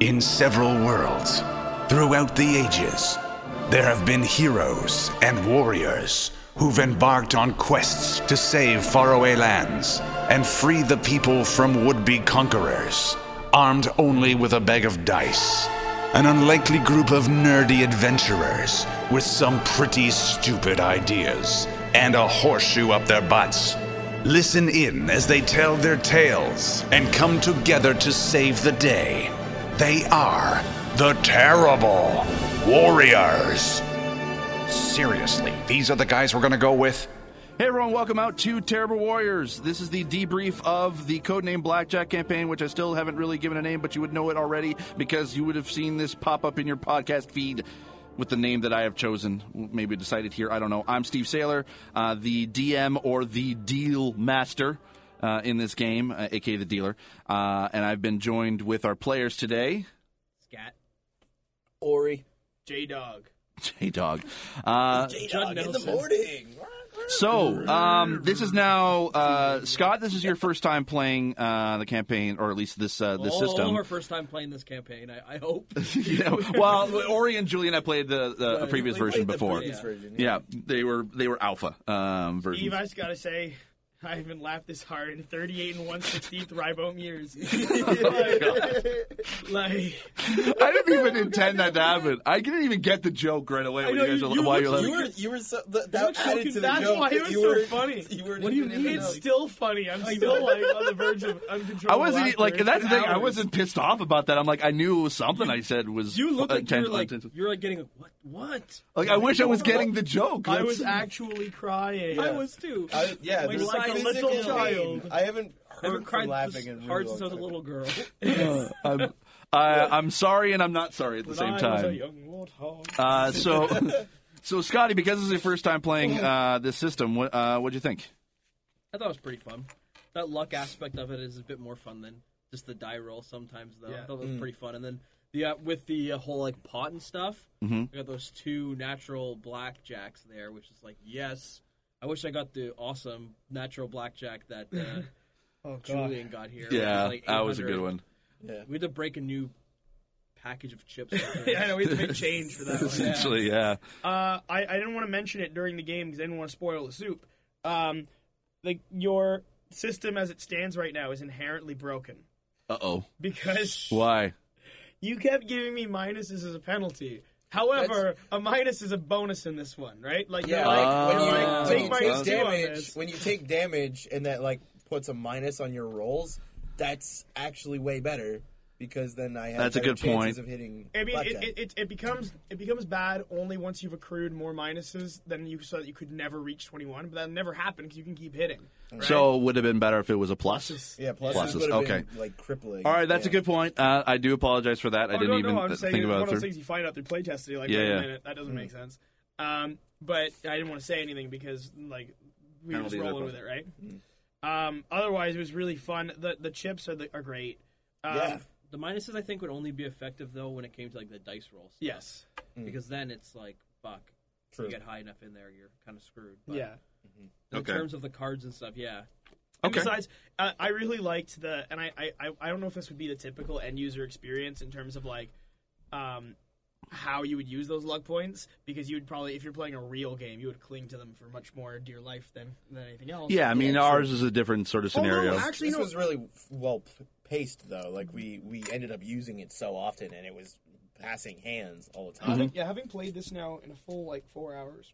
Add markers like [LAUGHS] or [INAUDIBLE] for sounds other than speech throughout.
In several worlds, throughout the ages, there have been heroes and warriors who've embarked on quests to save faraway lands and free the people from would be conquerors, armed only with a bag of dice. An unlikely group of nerdy adventurers with some pretty stupid ideas and a horseshoe up their butts. Listen in as they tell their tales and come together to save the day. They are the Terrible Warriors. Seriously, these are the guys we're going to go with? Hey everyone, welcome out to Terrible Warriors. This is the debrief of the Codename Blackjack campaign, which I still haven't really given a name, but you would know it already because you would have seen this pop up in your podcast feed with the name that I have chosen, maybe decided here, I don't know. I'm Steve Saylor, uh, the DM or the deal master uh, in this game, uh, aka the dealer. Uh, and I've been joined with our players today. [LAUGHS] Scat. Ori. J Dog. J Dog. Uh, J-Dog in the Nelson. morning. so, um, this is now, uh, Scott, this is your first time playing uh, the campaign, or at least this, uh, this All system. [LAUGHS] of our first time playing this campaign, I, I hope. Yeah, well, [LAUGHS] Ori and Julian, I played the, the a previous We played version the before. previous Yeah. version, Yeah, they were they were alpha um, versions. Eve, I just gotta say, I haven't laughed this hard in 38 and 116th Ribome [LAUGHS] years. like, like, I didn't even intend that to happen. I didn't even get the joke right away. I when know, you guys you- were, you while looked- you were like, You were, you were so, the, that so added to the that's joke. why it was you so were, funny. [LAUGHS] You were What do you mean? it's still funny. [LAUGHS] I'm still like on the verge of uncontrollable. I wasn't e- laughter. like It's that's the been thing. I hours. wasn't pissed off about that. I'm like I knew it was something I said was uh, You look fu- like you were inten- like intentional. you're like getting a, what what? Like, I wish I was getting the joke. I That's- was actually crying. I was too. I, yeah, like, there's like a physical little pain. child. I haven't I heard haven't from cried laughing this in a really hard long since I was a time. little girl. Uh, I'm, I, I'm sorry and I'm not sorry at the same I Was oh, a time. young warthog. Uh, so, [LAUGHS] so Scotty, because this is your first time playing uh, this system, what uh, what'd you think? I thought it was pretty fun. That luck aspect of it is a bit more fun than just the die roll sometimes, though. I Yeah. thought that was pretty fun. And then the uh, with the uh, whole like pot and stuff, I got those two natural blackjacks there, which is like yes. I wish I got the awesome natural blackjack that uh, Julian got here. which is like that was a 800. good one. We had to break a new package of chips. yeah, I know we had to make change for that. [LAUGHS] One. Essentially, yeah. Uh, I, I didn't want to mention it during the game because I didn't want to spoil the soup. Um, like your system as it stands right now is inherently broken Uh oh. because Why? you kept giving me minuses as a penalty. However, a minus is a bonus in this one, right? Like, Yeah, you're like like, when Oh. you, when Take you take minus two on damage, this. when you take damage, and that like puts a minus on your rolls, that's actually way better because then I have That's a better good point. chances of hitting. I mean, it, blackjack. it, it, it becomes it becomes bad only once you've accrued more minuses than you so that you could never reach twenty one. But that never happened because you can keep hitting. Right? So would have been better if it was a plus. yeah, pluses, pluses, would've okay. been, like crippling. All right, that's yeah. a good point. Uh, I do apologize for that. I Oh, didn't no, even no, I'm th- saying think it's one about of it. those through. things you find out through playtesting. You're like, Yeah, wait yeah. a minute, that doesn't make sense. Um, but I didn't want to say anything because like we were just Penalties are rolling with it, right? Um, otherwise, it was really fun. The the chips are the, are great. Um, Yeah. The minuses I think would only be effective though when it came to like the dice rolls. Yes. because then it's like fuck. If True. You get high enough in there, you're kind of screwed. But Yeah. In Okay. terms of the cards and stuff, yeah. And Okay. besides, uh, I really liked the, and I, I, I- I don't know if this would be the typical end user experience in terms of like, um, how you would use those luck points because you would probably, if you're playing a real game, you would cling to them for much more dear life than than anything else. Yeah, I mean, Yeah, sure. ours is a different sort of Although, scenario. actually, This Oh, no, was really f- well p- paced though. Like we we ended up using it so often, and it was passing hands all Mm-hmm. the time. having, yeah, having played this now in a full like four hours,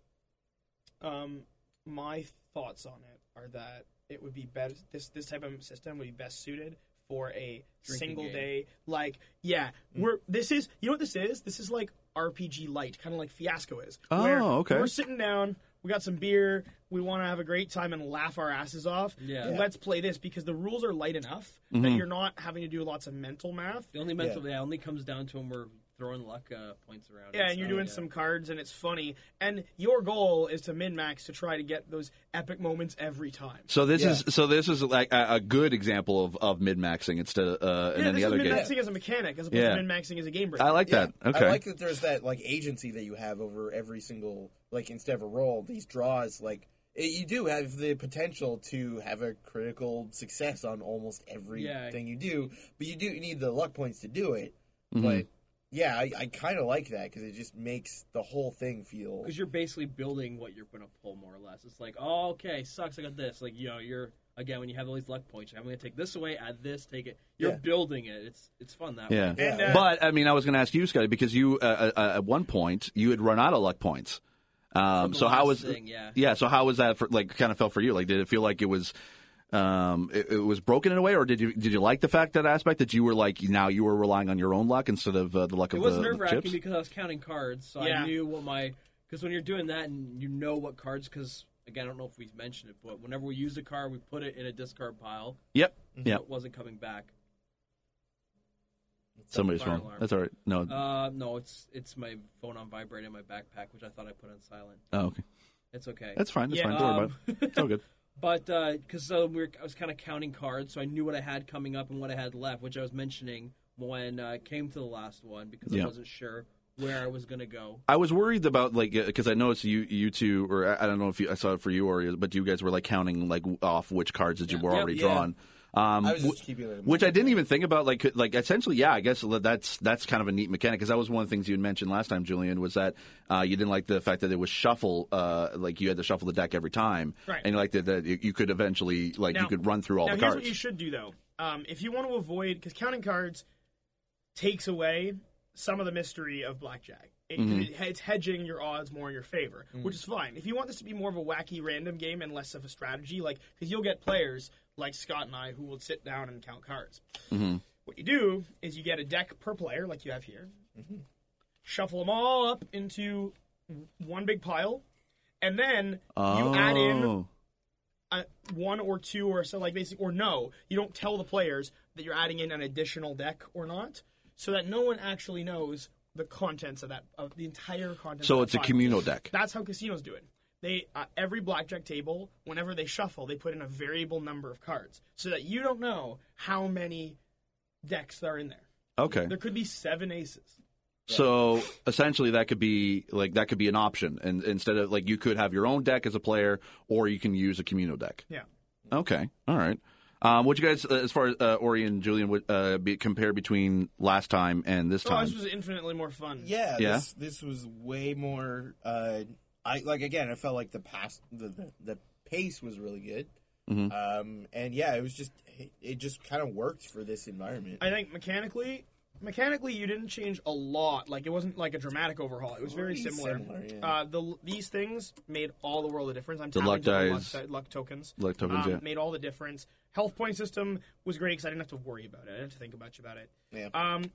um, my thoughts on it are that it would be better. This this type of system would be best suited for a Drinking single game. Mm. day. Like, yeah, we're this is you know what this is. This is like RPG light, kind of like Fiasco is. Oh, where okay. We're sitting down. We got some beer. We want to have a great time and laugh our asses off. Yeah. Mm-hmm. Let's play this because the rules are light enough that you're not having to do lots of mental math. The only mental yeah. only comes down to when we're throwing luck uh, points around. Yeah, and you're stuff, doing yeah. some cards, and it's funny. And your goal is to min max to try to get those epic moments every time. So this is so this is like a, a good example of, of mid maxing instead of uh, in yeah, any this is other min game. maxing as a mechanic, as opposed Yeah. to min maxing as a game breaker. I like that. Yeah. Okay. I like that there's that like agency that you have over every single like instead of a roll, these draws like it, you do have the potential to have a critical success on almost every Yeah. thing you do, but you do need the luck points to do it. Mm-hmm. But yeah, I, I kind of like that because it just makes the whole thing feel. because you're basically building what you're gonna pull more or less. It's like, oh, okay, sucks. I got this. Like, yo, you're again when you have all these luck points. You're, like, I'm gonna take this away, add this, take it. You're Yeah. building it. It's it's fun that Yeah. way. And, uh, But I mean, I was going to ask you, Scotty, because you uh, uh, uh, at one point you had run out of luck points. Um, The so how was last thing, yeah. yeah? So how was that? For, like, kind of felt for you. Like, did it feel like it was um, it, it was broken in a way, or did you did you like the fact that aspect that you were like now you were relying on your own luck instead of uh, the luck It of was the, the nerve chips? wracking because I was counting cards, so Yeah. I knew what my because when you're doing that and you know what cards because again I don't know if we've mentioned it, but whenever we used a card, we put it in a discard pile. [LAUGHS] Yep. so Yep. it wasn't coming back. Somebody's Fire wrong. alarm. That's all right. No. Uh, no, it's it's my phone on vibrate in my backpack, which I thought I put on silent. oh, okay. It's okay. That's fine. That's Yeah, fine. Don't worry um, about it. It's all good. But because uh, we were, I was kind of counting cards, so I knew what I had coming up and what I had left, which I was mentioning when uh, I came to the last one because Yeah. I wasn't sure where I was gonna go. I was worried about like because I noticed you you two or I, I don't know if you, I saw it for you or but you guys were like counting like off which cards that you were Yep. already Yeah. drawn. Um, I was wh- just keeping it. in which I mind. didn't even think about. Like, could- like essentially, yeah, I guess that's that's kind of a neat mechanic because that was one of the things you had mentioned last time, Julian, was that uh, you didn't like the fact that it was shuffle. Uh, like you had to shuffle the deck every time, Right. and you liked that, that you you could eventually like Now- you could run through all now the here's cards. what you should do though. Um, if you want to avoid, because counting cards takes away some of the mystery of blackjack. It, Mm-hmm. it- it's hedging your odds more in your favor, which is fine. If you want this to be more of a wacky random game and less of a strategy, like because you'll get players like Scott and I who will sit down and count cards. Mm-hmm. What you do is you get a deck per player, like you have here, shuffle them all up into one big pile, and then you add in Oh. uh, one or two or so like basic or no you don't tell the players that you're adding in an additional deck or not so that no one actually knows the contents of that of the entire content So of that it's a file. communal deck. that's how casinos do it they uh, every blackjack table whenever they shuffle they put in a variable number of cards so that you don't know how many decks are in there Okay, there could be seven aces so essentially that could be like that could be an option, and instead of like you could have your own deck as a player, or you can use a communal deck. yeah Okay, all right. Um, what you guys, uh, as far as uh, Ori and Julian, would uh, be, compare between last time and this oh time? this was infinitely more fun Yeah, Yeah. This, this was way more. Uh, I like again. I felt like the past the the, the pace was really good. Mm-hmm. Um, and yeah, it was just it, it just kind of worked for this environment. I think mechanically, mechanically you didn't change a lot. Like it wasn't like a dramatic overhaul. It was very Pretty similar. similar, yeah. uh, the these things made all the world a difference. I'm The tapped luck into luck dice. di- luck tokens. Luck tokens, um, yeah. made all the difference. Health point system was great because I didn't have to worry about it. I didn't have to think much about it. Yeah. Um,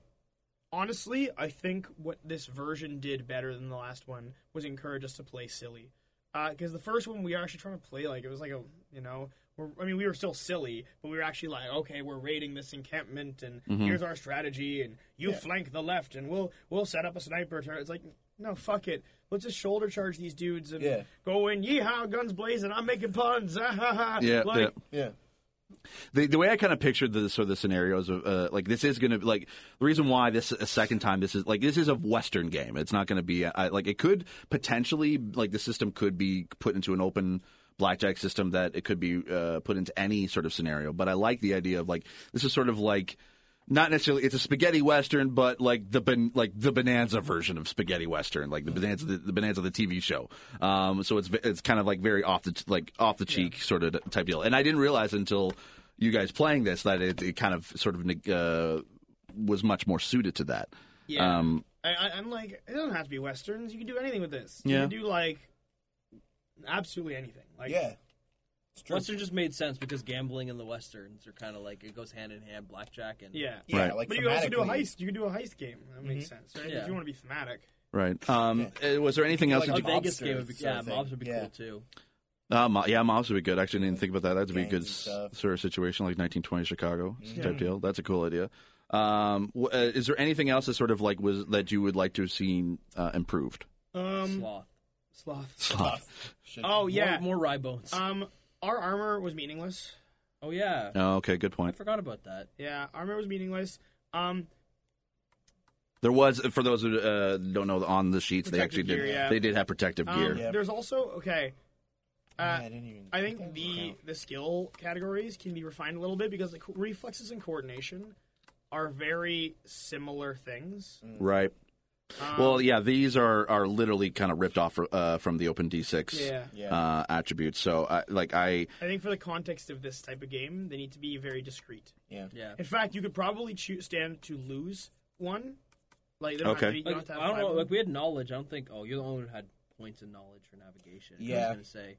honestly, I think what this version did better than the last one was encourage us to play silly. Because the first one we were actually trying to play like it was like a you know we're, I mean we were still silly, but we were actually like okay we're raiding this encampment and Mm-hmm. here's our strategy and you flank the left and we'll we'll set up a sniper turret. It's like no fuck it, let's just shoulder charge these dudes and Yeah. go in yeehaw guns blazing. I'm making puns. [LAUGHS] ah, ha, ha. yeah, like, yeah. yeah, the, the way I kind of pictured the sort of the scenarios of uh, like this is going to like the reason why this a second time this is like this is a Western game. It's not going to be I, like it could potentially like the system could be put into an open blackjack system that it could be uh, put into any sort of scenario. But I like the idea of like this is sort of like. Not necessarily. It's a spaghetti western, but like the ban- like the bonanza version of spaghetti western, like the bonanza the, the bonanza the TV show. Um, so it's ve- it's kind of like very off the like off the cheek sort of type deal. And I didn't realize until you guys playing this that it, it kind of sort of uh, was much more suited to that. Yeah. Um, I, I, I'm like, it doesn't have to be westerns. You can do anything with this. Yeah. You can do like absolutely anything. Like, yeah. It's true. Western just made sense because gambling and the westerns are kind of like it goes hand in hand, blackjack and yeah. yeah, Right. like but you can also do a thematically, heist. You can do a heist game. That makes sense. Right? Yeah. If you want to be thematic. Right. Um, uh, Was there anything else? like A that you, Vegas Mobster game would be sort yeah, of thing. mobs would be Yeah. cool too. uh, mo- yeah, mobs would be good. Actually, I didn't think about that. That would be a Gangs good and s- stuff. sort of situation, like 1920 Chicago Mm-hmm. type deal. That's a cool idea. Um, w- uh, is there anything else that sort of like was that you would like to have seen uh, improved? Um, Sloth. sloth. Shit. Oh yeah. More, more rye bones. Um, our armor was meaningless. oh yeah. Oh, okay, good I point. forgot about that. Yeah, armor was meaningless. Um, There was for those who uh, don't know on the sheets, they Protective actually gear, did yeah. they did have protective gear. um Yeah. there's also okay. Yeah, Uh, I didn't even. I that think was the out. the skill categories can be refined a little bit because the co- reflexes and coordination are very similar things. Mm. Right. Um, well, yeah, these are are literally kind of ripped off uh, from the Open D6 Yeah. Yeah. uh, attributes. So, I, like, I I think for the context of this type of game, they need to be very discreet. yeah. Yeah. In fact, you could probably choo- stand to lose one. Like, they don't Okay. have to be, you don't Like, have to I have don't know. five Like we had knowledge. I don't think. Oh, you're the only one who had points in knowledge for navigation. I Yeah. was gonna say.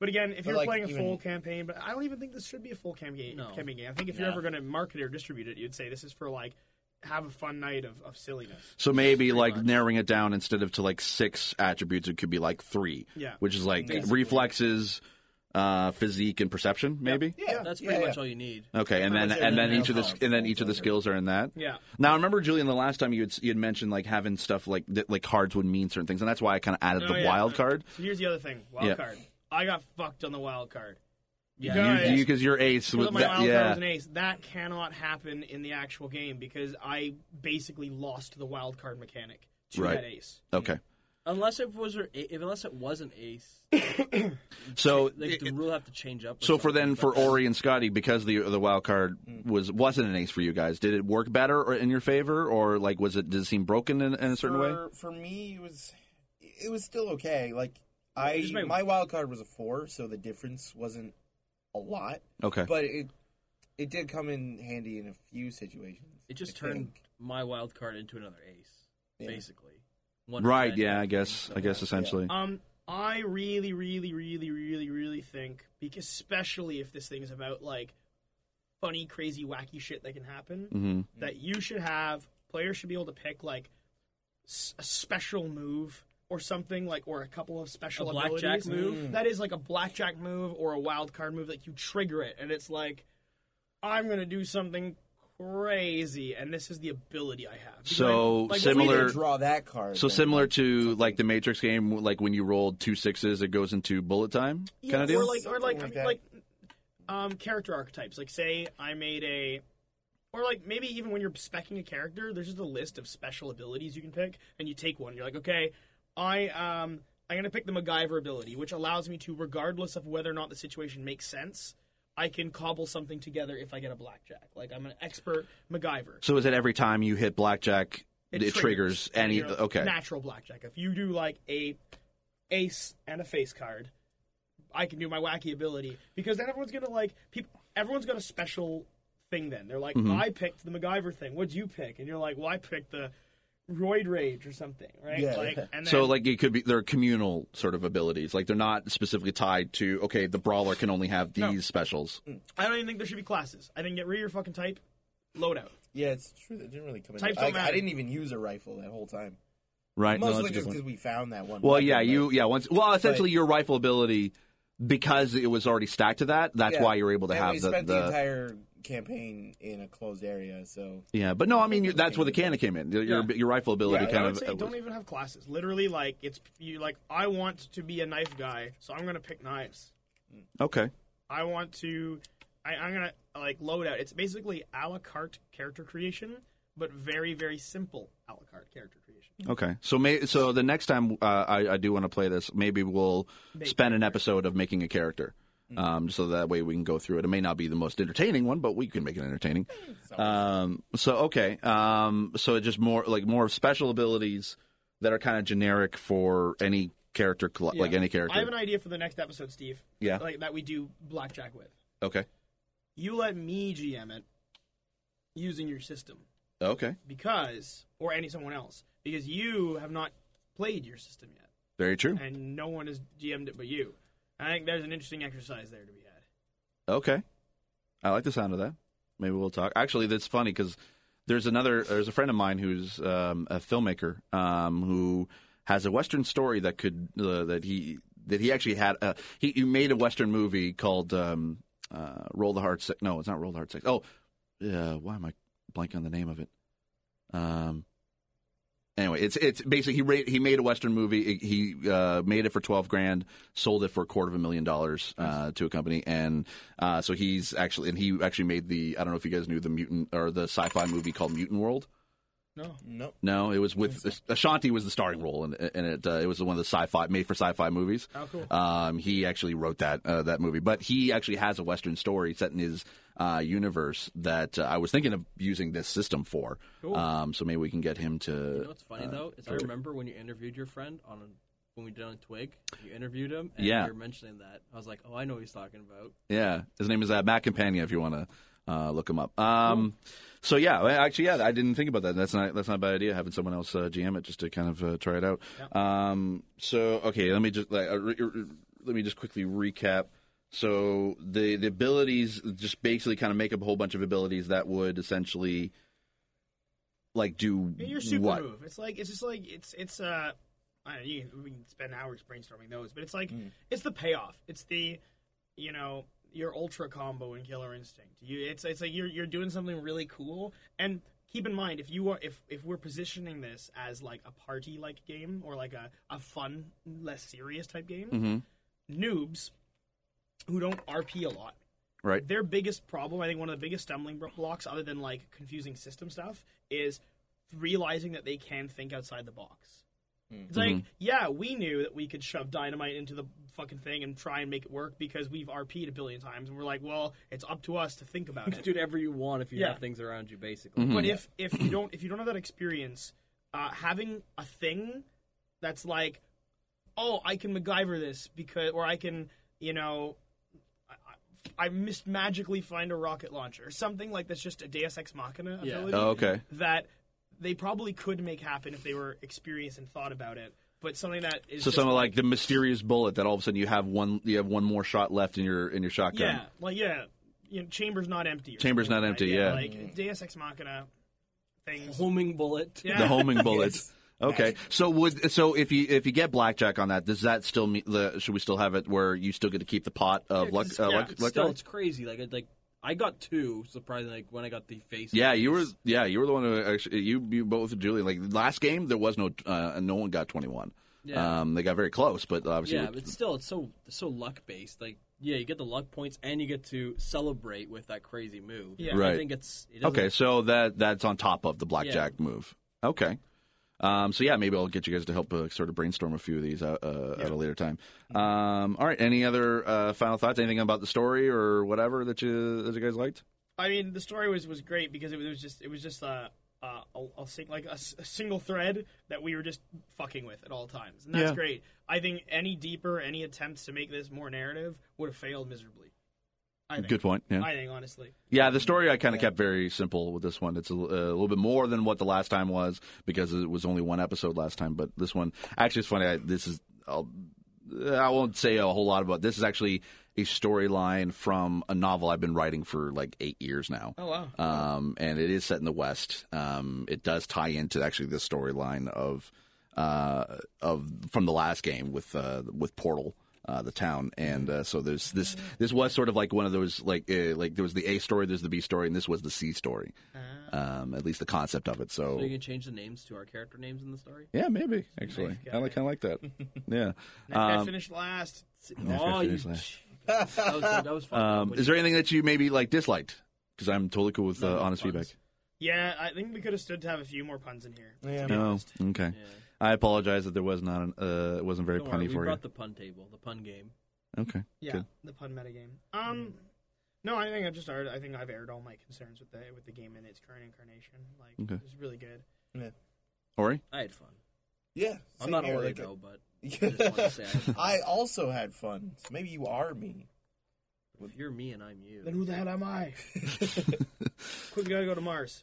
But again, if But, you're like, playing a even- full campaign, but I don't even think this should be a full campaign. No. campaign game. I think if you're Yeah. ever going to market it or distribute it, you'd say this is for like have a fun night of, of silliness. so maybe like narrowing it down instead of to like six attributes, it could be like three. Yeah. Which is like reflexes, uh, physique, and perception. Maybe. Yeah, That's pretty yeah, much yeah. all you need. Okay, and then much and then everything each of else the and then each of the falls under. skills are in that. Yeah. Now I remember Julian the last time you had you had mentioned like having stuff like that, like cards would mean certain things, and that's why I kind of added Oh, the yeah. wild card. So here's the other thing. Wild Yeah. card. I got fucked on the wild card. Yeah. Guys, You because you, are ace Put with up my that- wild card yeah. was an ace. That cannot happen in the actual game because I basically lost the wild card mechanic to Right. that ace. Okay, Unless it was, a- if unless it was an [LAUGHS] ace, so like the rule have to change up. or so for something, then but- for Ori and Scotty because the the wild card was wasn't an ace for you guys. Did it work better or in your favor or like was it did it seem broken in, in a certain way? for, for me, it was it was still okay. Like I, just made- my wild card was a four, so the difference wasn't a lot, Okay, but it it did come in handy in a few situations. it just I turned think. my wild card into another ace, Yeah. basically. One right? red, Yeah, I one guess green, I so- guess essentially. Um, I really, really, really, really, really think because especially if this thing is about like funny, crazy, wacky shit that can happen, hmm that you should have players should be able to pick like s- a special move or something like or a couple of special A blackjack abilities. Mm. move? that is like a blackjack move or a wild card move like you trigger it and it's like i'm gonna do something crazy and this is the ability i have Because So, like, If we similar- didn't draw that card. So then- similar to like the Matrix game, like when you rolled two sixes, it goes into bullet time Yeah, kind of deal. Or like, or like, Something like, like um, character archetypes. Like, say I made a, or like maybe even when you're specing a character, there's just a list of special abilities you can pick, and you take one. You're like, okay, I um, I'm gonna pick the MacGyver ability, which allows me to, regardless of whether or not the situation makes sense. I can cobble something together if I get a blackjack. Like I'm an expert MacGyver. So is it every time you hit blackjack, it, triggers, any? you know, okay, natural blackjack. If you do like a ace and a face card, I can do my wacky ability because then everyone's gonna like people. Everyone's got a special thing. Then they're like, Mm-hmm. I picked the MacGyver thing. What'd you pick? And you're like, Well, I picked the roid rage or something, right? Yeah. Like, and then, so like it could be they're communal sort of abilities. Like they're not specifically tied to okay, the brawler can only have these specials. I don't even think there should be classes. I didn't get rid of your fucking type. Loadout. yeah, it's true. That didn't really come in. Types I, don't I matter. didn't even use a rifle that whole time, Right. No, mostly that's a good just one. because we found that one. Well, weapon, yeah, uh, but- you yeah once well essentially your rifle ability because it was already stacked to that. That's yeah. why you're able to And have we the, spent the, the- entire campaign in a closed area, so yeah. But no, I mean you, that's where the cannon came in. Your your, your rifle ability I kind would of say uh, was- don't even have classes. Literally, like it's you like I want to be a knife guy, so I'm gonna pick knives. okay. I want to. I, I'm gonna like load out. It's basically a la carte character creation, but very very simple a la carte character creation. Okay, so may, so the next time uh, I, I do want to play this, maybe we'll spend an episode of making a character, Mm-hmm. um, so that way we can go through it. It may not be the most entertaining one, but we can make it entertaining. Um, so okay, um, so just more like more special abilities that are kind of generic for any character, cl- like any character. I have an idea for the next episode, Steve. Yeah. Like that we do blackjack with. okay, You let me GM it using your system okay, because, or any someone else, because you have not played your system yet, very true. and no one has GM'd it but you. I think there's an interesting exercise there to be had. Okay, I like the sound of that. Maybe we'll talk. Actually, that's funny because there's another. There's a friend of mine who's um, a filmmaker um, who has a Western story that could uh, that he that he actually had. Uh, he, he made a Western movie called um, uh, Roll the Hard Six. No, it's not Roll the Hard Six. Oh, uh, why am I blanking on the name of it? Um. Anyway, it's it's basically he ra- he made a western movie. He uh, made it for twelve grand, sold it for a quarter of a million dollars uh, to a company, and uh, so he's actually and he actually made the I don't know if you guys knew the mutant or the sci-fi movie called Mutant World. Oh. No. Nope. No, it was with Ashanti was the starring role, and and it uh, it was one of the sci-fi made for sci-fi movies. Oh, cool. Um, he actually wrote that uh, that movie, but he actually has a Western story set in his uh, universe that uh, I was thinking of using this system for. Um, so maybe we can get him to. You know what's funny Uh, though is I remember when you interviewed your friend on when we did on Twig, you interviewed him and Yeah. you were mentioning that. I was like, oh, I know what he's talking about. Yeah, his name is uh, Matt Campagna. If you want to uh, look him up. Um, so yeah, well, actually, yeah, I didn't think about that. That's not that's not a bad idea having someone else uh, GM it just to kind of uh, try it out. Um, so okay, let me just like, uh, re- re- let me just quickly recap. So the the abilities just basically kind of make up a whole bunch of abilities that would essentially like do Yeah, Your super what? move. It's like it's just like it's it's uh. I don't know, you can, we can spend hours brainstorming those, but it's like it's the payoff. It's the you know your ultra combo in Killer Instinct. You it's it's like you're you're doing something really cool. And keep in mind if you are if if we're positioning this as like a party like game or like a a fun less serious type game, Mm-hmm. noobs who don't RP a lot Right. their biggest problem, I think one of the biggest stumbling bro- blocks, other than like confusing system stuff, is realizing that they can think outside the box. It's like, yeah, we knew that we could shove dynamite into the fucking thing and try and make it work because we've RP'd a billion times, and we're like, well, it's up to us to think about it. Just do whatever you want if you Yeah. have things around you, basically. Mm-hmm. But if if you don't if you don't have that experience, uh, having a thing that's like, oh, I can MacGyver this because, or I can, you know, I, I I missed magically find a rocket launcher or something like that's just a Deus Ex Machina Yeah. ability Oh, okay. that they probably could make happen if they were experienced and thought about it. But something that is So just something like the mysterious bullet that all of a sudden you have one you have one more shot left in your in your shotgun. Yeah, like yeah, you know, chamber's not empty. Or Chamber's something not like that. empty, yeah. like Deus Ex Machina things. Homing bullet. Yeah. the [LAUGHS] homing bullets. Okay, so would so if you if you get blackjack on that, does that still mean the should we still have it where you still get to keep the pot of Yeah, luck? 'cause Uh, it's- yeah, luck, It's luck still, dice? it's crazy. Like, it- like I got two. Surprisingly, like when I got the face. yeah, you were ones. yeah you were the one who actually you you both Julie like last game there was no uh, no one got twenty one. Yeah. Um, they got very close, but obviously Yeah, with- but it's still, it's so it's so luck based. Like, yeah, you get the luck points and you get to celebrate with that crazy move. Yeah. Right. I think it's it doesn't- okay. So that that's on top of the blackjack move. Okay. Um, so yeah, maybe I'll get you guys to help uh, sort of brainstorm a few of these out, uh, at a later time. Um, all right. Any other uh, final thoughts? Anything about the story or whatever that you that you guys liked? I mean, the story was was great because it was just it was just uh, uh, I'll, I'll sing like a, s- a single thread that we were just fucking with at all times, and that's Yeah. great. I think any deeper, any attempts to make this more narrative would have failed miserably. I think. Good point. Yeah. I think honestly, Yeah, the story I kind of kept very simple with this one. It's a, l- uh, a little bit more than what the last time was because it was only one episode last time. But this one, actually, it's funny. I, this is I'll, I won't say a whole lot about this. Is actually a storyline from a novel I've been writing for like eight years now. Oh wow. Um, and it is set in the West. Um, it does tie into actually the storyline of uh, of from the last game with uh, with Portal. Uh, the town, and uh, so there's this. This was sort of like one of those, like uh, like there was the A story, there's the B story, and this was the C story. Um, at least the concept of it. Ah. So you can change the names to our character names in the story. yeah, maybe actually, I like kind of like [LAUGHS] that. yeah. I Um, finished last. Oh, you, finish last. [LAUGHS] that was, that was fun. um, When is you- there anything that you maybe like disliked? Because I'm totally cool with uh, honest feedback. Yeah, I think we could have stood to have a few more puns in here. Yeah. No, Oh, okay. I apologize that there was not an, uh, it wasn't very Don't worry, punny we for you. brought the pun table, the pun game. okay. Yeah, Good. the pun metagame. Um, no, I think I've just aired, I think I've aired all my concerns with the with the game in its current incarnation. Like Okay. it was really good. Ori. I had fun. Yeah. I'm not Ori already though, but I just want [LAUGHS] to say I had fun. I also had fun. So maybe you are me. If you're me and I'm you. Then who the hell am I? Quick, we gotta go to Mars.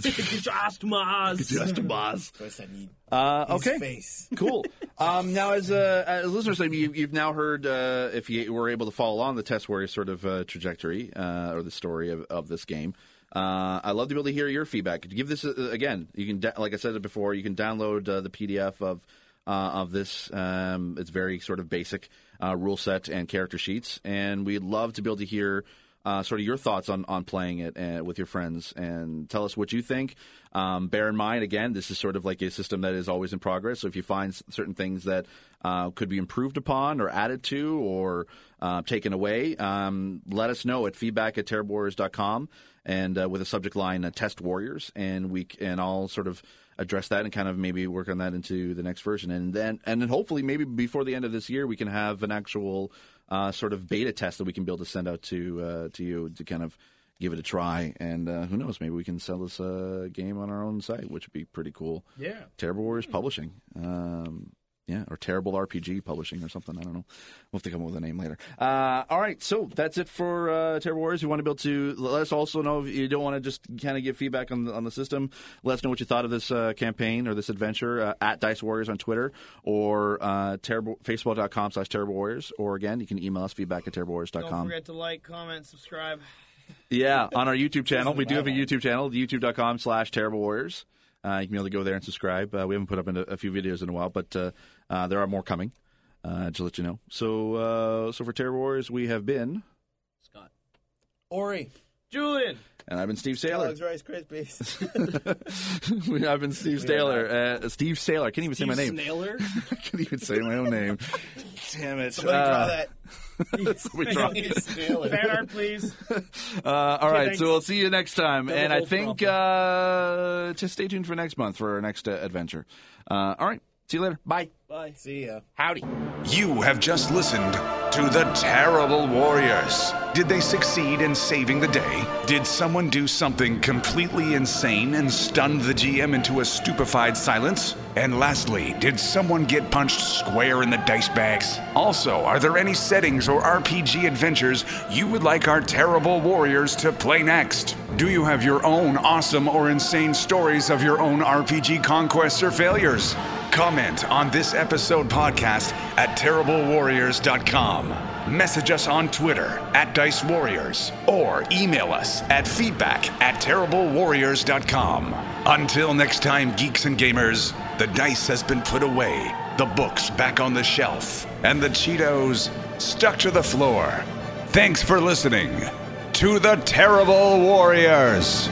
Just Mars. Just a boss. First, I need Uh, his okay. face. Cool. Um, now, as uh, as listeners, I mean, you, you've now heard uh, if you were able to follow along the Test Warrior sort of uh, trajectory uh, or the story of, of this game. Uh, I'd love to be able to hear your feedback. Give this uh, again. You can, da- like I said before, you can download uh, the PDF of uh, of this. Um, it's very sort of basic uh, rule set and character sheets, and we'd love to be able to hear uh, sort of your thoughts on, on playing it uh, with your friends and tell us what you think. Um, bear in mind, again, this is sort of like a system that is always in progress. So if you find s- certain things that uh, could be improved upon or added to or uh, taken away, um, let us know at feedback at terriblewarriors.com and uh, with a subject line uh, test warriors and we c- and I'll sort of address that and kind of maybe work on that into the next version and then and then hopefully maybe before the end of this year we can have an actual uh, sort of beta test that we can be able to send out to uh, to you to kind of give it a try and uh, who knows maybe we can sell this uh, game on our own site which would be pretty cool Yeah. terrible warriors publishing um, yeah or terrible rpg publishing or something i don't know we'll have to come up with a name later uh, all right so that's it for uh, terrible warriors we want to be able to let us also know if you don't want to just kind of give feedback on the, on the system let us know what you thought of this uh, campaign or this adventure uh, at dice warriors on twitter or uh, terrible facebook.com slash terrible warriors or again you can email us feedback at terrible Don't forget to like, comment, subscribe. yeah, on our YouTube channel. We do have a YouTube channel, youtube.com slash terrible warriors. Uh, you can be able to go there and subscribe. Uh, we haven't put up in a, a few videos in a while, but uh, uh, there are more coming uh, to let you know. So, uh, so for Terrible Warriors, we have been, Scott. Ori, Julian. and I've been Steve Saylor. Alex Rice Krispies. [LAUGHS] We- I've been Steve Saylor. Uh, Steve Saylor. I can't even say my name. Snailer. [LAUGHS] I can't even say my own name. Damn it. [LAUGHS] Somebody draw Uh, that. somebody [LAUGHS] draw Fucking steal it. Fan art, please. Uh, all right, thanks. so we'll see you next time, Double and I gold think uh, just stay tuned for next month for our next uh, adventure. Uh, all right, see you later. Bye. Bye. See ya. Howdy. You have just listened to The Terrible Warriors. Did they succeed in saving the day? Did someone do something completely insane and stunned the GM into a stupefied silence? And lastly, did someone get punched square in the dice bags? Also, are there any settings or RPG adventures you would like our terrible warriors to play next? Do you have your own awesome or insane stories of your own RPG conquests or failures? Comment on this episode podcast at terriblewarriors.com. Message us on Twitter at Dice Warriors or email us at feedback at terriblewarriors.com. Until next time, geeks and gamers, the dice has been put away, the books back on the shelf, and the Cheetos stuck to the floor. Thanks for listening to the Terrible Warriors.